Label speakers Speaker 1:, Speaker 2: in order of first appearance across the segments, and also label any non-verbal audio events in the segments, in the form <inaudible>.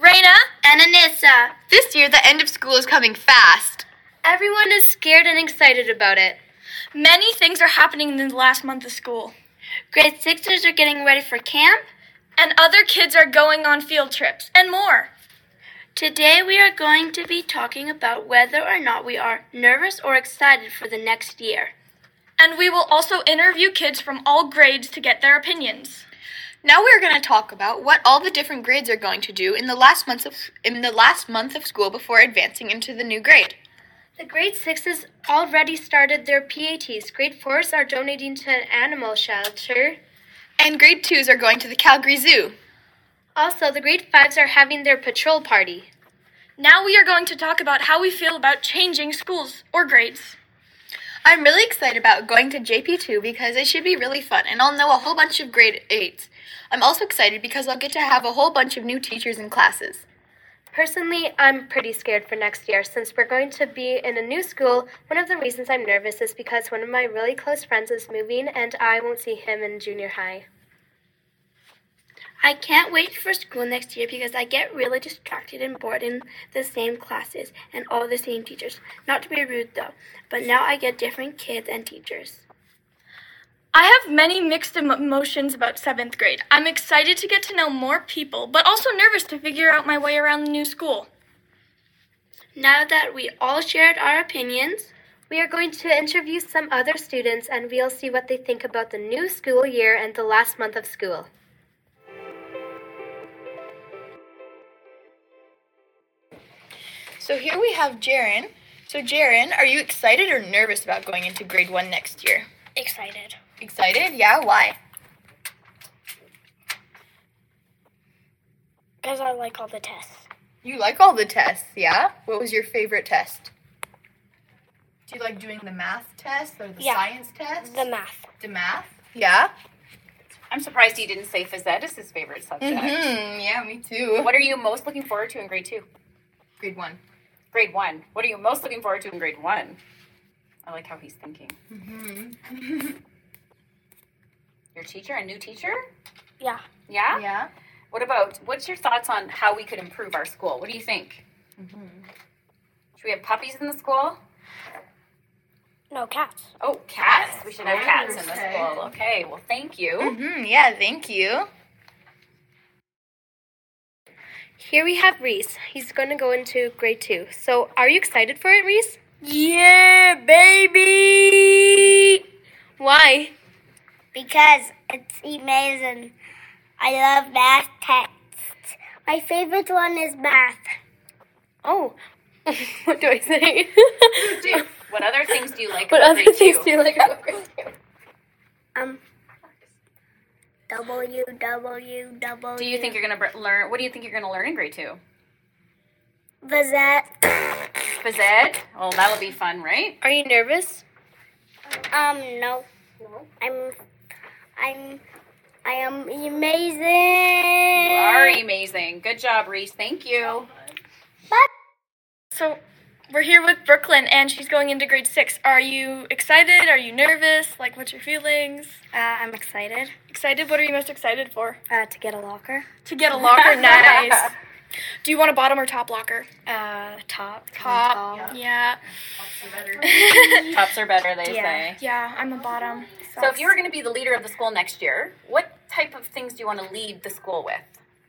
Speaker 1: Raina, and Anissa.
Speaker 2: This year, the end of school is coming fast.
Speaker 3: Everyone is scared and excited about it.
Speaker 4: Many things are happening in the last month of school,
Speaker 1: Grade sixers are getting ready for camp.
Speaker 4: and other kids are going on field trips and more.
Speaker 1: Today we are going to be talking about whether or not we are nervous or excited for the next year.
Speaker 4: And we will also interview kids from all grades to get their opinions.
Speaker 2: Now we're going to talk about what all the different grades are going to do in the last months of in the last month of school before advancing into the new grade.
Speaker 3: The grade sixes already started their PATs. Grade fours are donating to an animal shelter.
Speaker 2: And grade 2s are going to the Calgary Zoo.
Speaker 3: Also, the grade fives are having their patrol party.
Speaker 4: Now we are going to talk about how we feel about changing schools or grades.
Speaker 2: I'm really excited about going to JP2 because it should be really fun and I'll know a whole bunch of grade 8s. I'm also excited because I'll get to have a whole bunch of new teachers and classes.
Speaker 3: Personally, I'm pretty scared for next year since we're going to be in a new school. One of the reasons I'm nervous is because one of my really close friends is moving and I won't see him in junior high.
Speaker 1: I can't wait for school next year because I get really distracted and bored in the same classes and all the same teachers. Not to be rude though, but now I get different kids and teachers.
Speaker 4: I have many mixed emo- emotions about seventh grade. I'm excited to get to know more people, but also nervous to figure out my way around the new school.
Speaker 1: Now that we all shared our opinions,
Speaker 3: We are going to interview some other students and we'll see what they think about the new school year and the last month of school.
Speaker 2: So here we have Jaren. So Jaren, are you excited or nervous about going into grade 1 next year?
Speaker 1: excited.
Speaker 2: Excited? Yeah, why?
Speaker 1: Because I like all the tests.
Speaker 2: You like all the tests, yeah? What was your favorite test? Do you like doing the math test or the
Speaker 1: Yeah.
Speaker 2: science test?
Speaker 1: math.
Speaker 2: the math? Yeah.
Speaker 5: I'm surprised you didn't say phys ed is his favorite subject.
Speaker 2: Mhm, Yeah, me too.
Speaker 5: What are you most looking forward to in grade two?
Speaker 2: Grade one.
Speaker 5: Grade one. What are you most looking forward to in grade one? I like how he's thinking. Your teacher, a new teacher?
Speaker 1: Yeah.
Speaker 5: Yeah?
Speaker 2: Yeah.
Speaker 5: What about, what's your thoughts on how we could improve our school? What do you think? Should we have puppies in the school?
Speaker 1: No, cats.
Speaker 5: Oh, cats. We should have cats in the
Speaker 2: Okay.
Speaker 5: school. Okay, well, thank you.
Speaker 2: Mhm, Yeah, thank you.
Speaker 3: Here we have Reese. He's going to go into grade two. So, are you excited for it, Reese?
Speaker 1: Yeah, baby!
Speaker 3: Why?
Speaker 6: because it's amazing. I love math texts. My favorite one is math.
Speaker 3: Oh, what do I say?
Speaker 5: What other things do you like
Speaker 3: what
Speaker 5: about
Speaker 3: other
Speaker 5: grade
Speaker 3: things
Speaker 5: two?
Speaker 3: do you like about grade two?
Speaker 6: Um, W W W.
Speaker 5: do you think you're going to br- learn, what do you think you're going to learn in grade two?
Speaker 6: was that?
Speaker 5: Phys ed? Oh, that'll be fun, right?
Speaker 3: Are you nervous?
Speaker 6: Um, no. No. I'm, I'm, I am amazing.
Speaker 5: You are amazing. Good job, Reese. Thank you.
Speaker 4: So we're here with Brooklyn, and she's going into grade six. Are you excited? Are you nervous? Like, what's your feelings?
Speaker 3: Uh, I'm excited
Speaker 4: Excited? What are you most excited for?
Speaker 3: uh, to get a locker.
Speaker 4: To get a
Speaker 5: <laughs>
Speaker 4: locker, nice. Do you want a bottom or top locker?
Speaker 3: Uh, top.
Speaker 4: Top. Yeah.
Speaker 5: Tops are better, they
Speaker 3: Yeah.
Speaker 5: say.
Speaker 4: <laughs> Yeah, I'm a bottom.
Speaker 5: So, if you were going to be the leader of the school next year, what type of things do you want to lead the school with?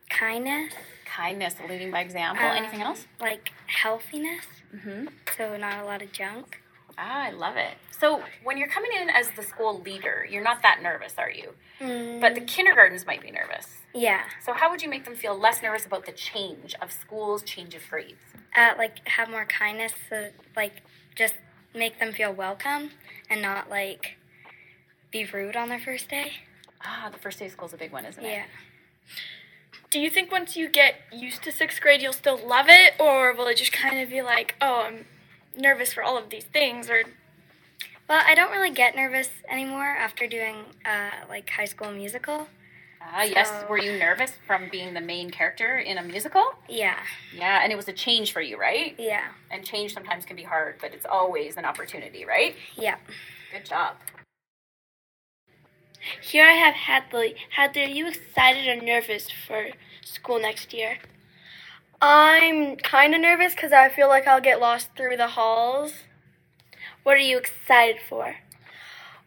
Speaker 3: Kindness,
Speaker 5: Kindness, leading by example. Anything else?
Speaker 3: like healthiness.
Speaker 5: Mhm.
Speaker 3: So not a lot of junk.
Speaker 5: Ah, I love it. So, when you're coming in as the school leader, you're not that nervous, are you?
Speaker 1: Mm.
Speaker 5: But the kindergartens might be nervous.
Speaker 3: Yeah.
Speaker 5: So, how would you make them feel less nervous about the change of schools, change of grades?
Speaker 3: Uh, like have more kindness. So like just make them feel welcome and not like be rude on their first day.
Speaker 5: Ah, the first day of school is a big one, isn't it?
Speaker 3: Yeah.
Speaker 4: Do you think once you get used to sixth grade, you'll still love it, or will it just kind of be like, oh, I'm nervous for all of these things, or
Speaker 3: Well, I don't really get nervous anymore after doing uh, like High School Musical.
Speaker 5: Ah, yes.
Speaker 3: So-
Speaker 5: Were you nervous from being the main character in a musical?
Speaker 3: Yeah.
Speaker 5: Yeah, and it was a change for you, right?
Speaker 3: Yeah.
Speaker 5: And change sometimes can be hard, but it's always an opportunity, right?
Speaker 3: Yeah.
Speaker 5: Good job.
Speaker 1: Here I have Hadley. Hadley, are you excited or nervous for school next year?
Speaker 7: I'm kind of nervous because I feel like I'll get lost through the halls.
Speaker 1: What are you excited for?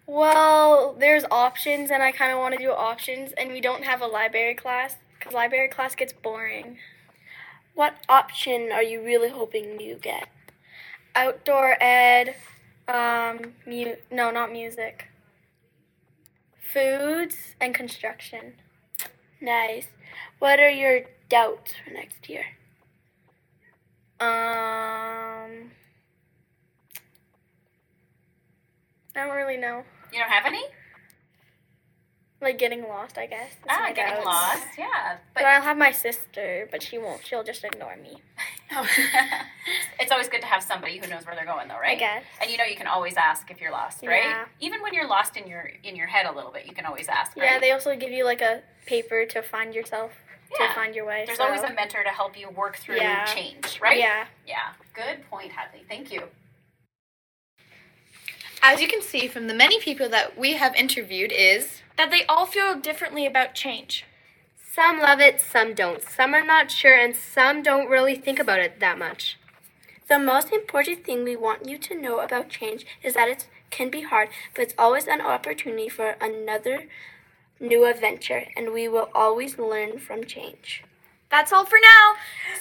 Speaker 7: Well, there's options, and I kind of want to do options, and we don't have a library class because library class gets boring.
Speaker 1: What option are you really hoping you get?
Speaker 7: Outdoor ed, um, mu- no, not music. Foods and construction.
Speaker 1: Nice. What are your doubts for next year?
Speaker 7: Um, I don't really know.
Speaker 5: You don't have any?
Speaker 7: Like getting lost, I guess. That's
Speaker 5: Ah,
Speaker 7: my
Speaker 5: getting
Speaker 7: doubts.
Speaker 5: lost. Yeah.
Speaker 7: But
Speaker 5: But
Speaker 7: I'll have my sister, but she won't. She'll just ignore me.
Speaker 5: <laughs> it's always good to have somebody who knows where they're going though,
Speaker 7: I
Speaker 5: right?
Speaker 7: guess.
Speaker 5: And you know you can always ask if you're lost, right?
Speaker 7: Yeah.
Speaker 5: Even when you're lost in your in your head a little bit, you can always ask, right?
Speaker 7: Yeah, they also give you like a paper to find yourself,
Speaker 5: Yeah.
Speaker 7: to find your way.
Speaker 5: There's
Speaker 7: so-
Speaker 5: always a mentor to help you work through
Speaker 7: Yeah.
Speaker 5: change, right?
Speaker 7: Yeah.
Speaker 5: Yeah. Good point, Hadley. Thank you.
Speaker 2: As you can see from the many people that we have interviewed, is
Speaker 4: That they all feel differently about change.
Speaker 3: Some love it, some don't. Some are not sure, and some don't really think about it that much.
Speaker 1: The most important thing we want you to know about change is that it can be hard, but it's always an opportunity for another new adventure, and we will always learn from change.
Speaker 4: That's all for now.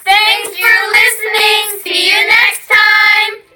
Speaker 2: thanks for listening. See you next time.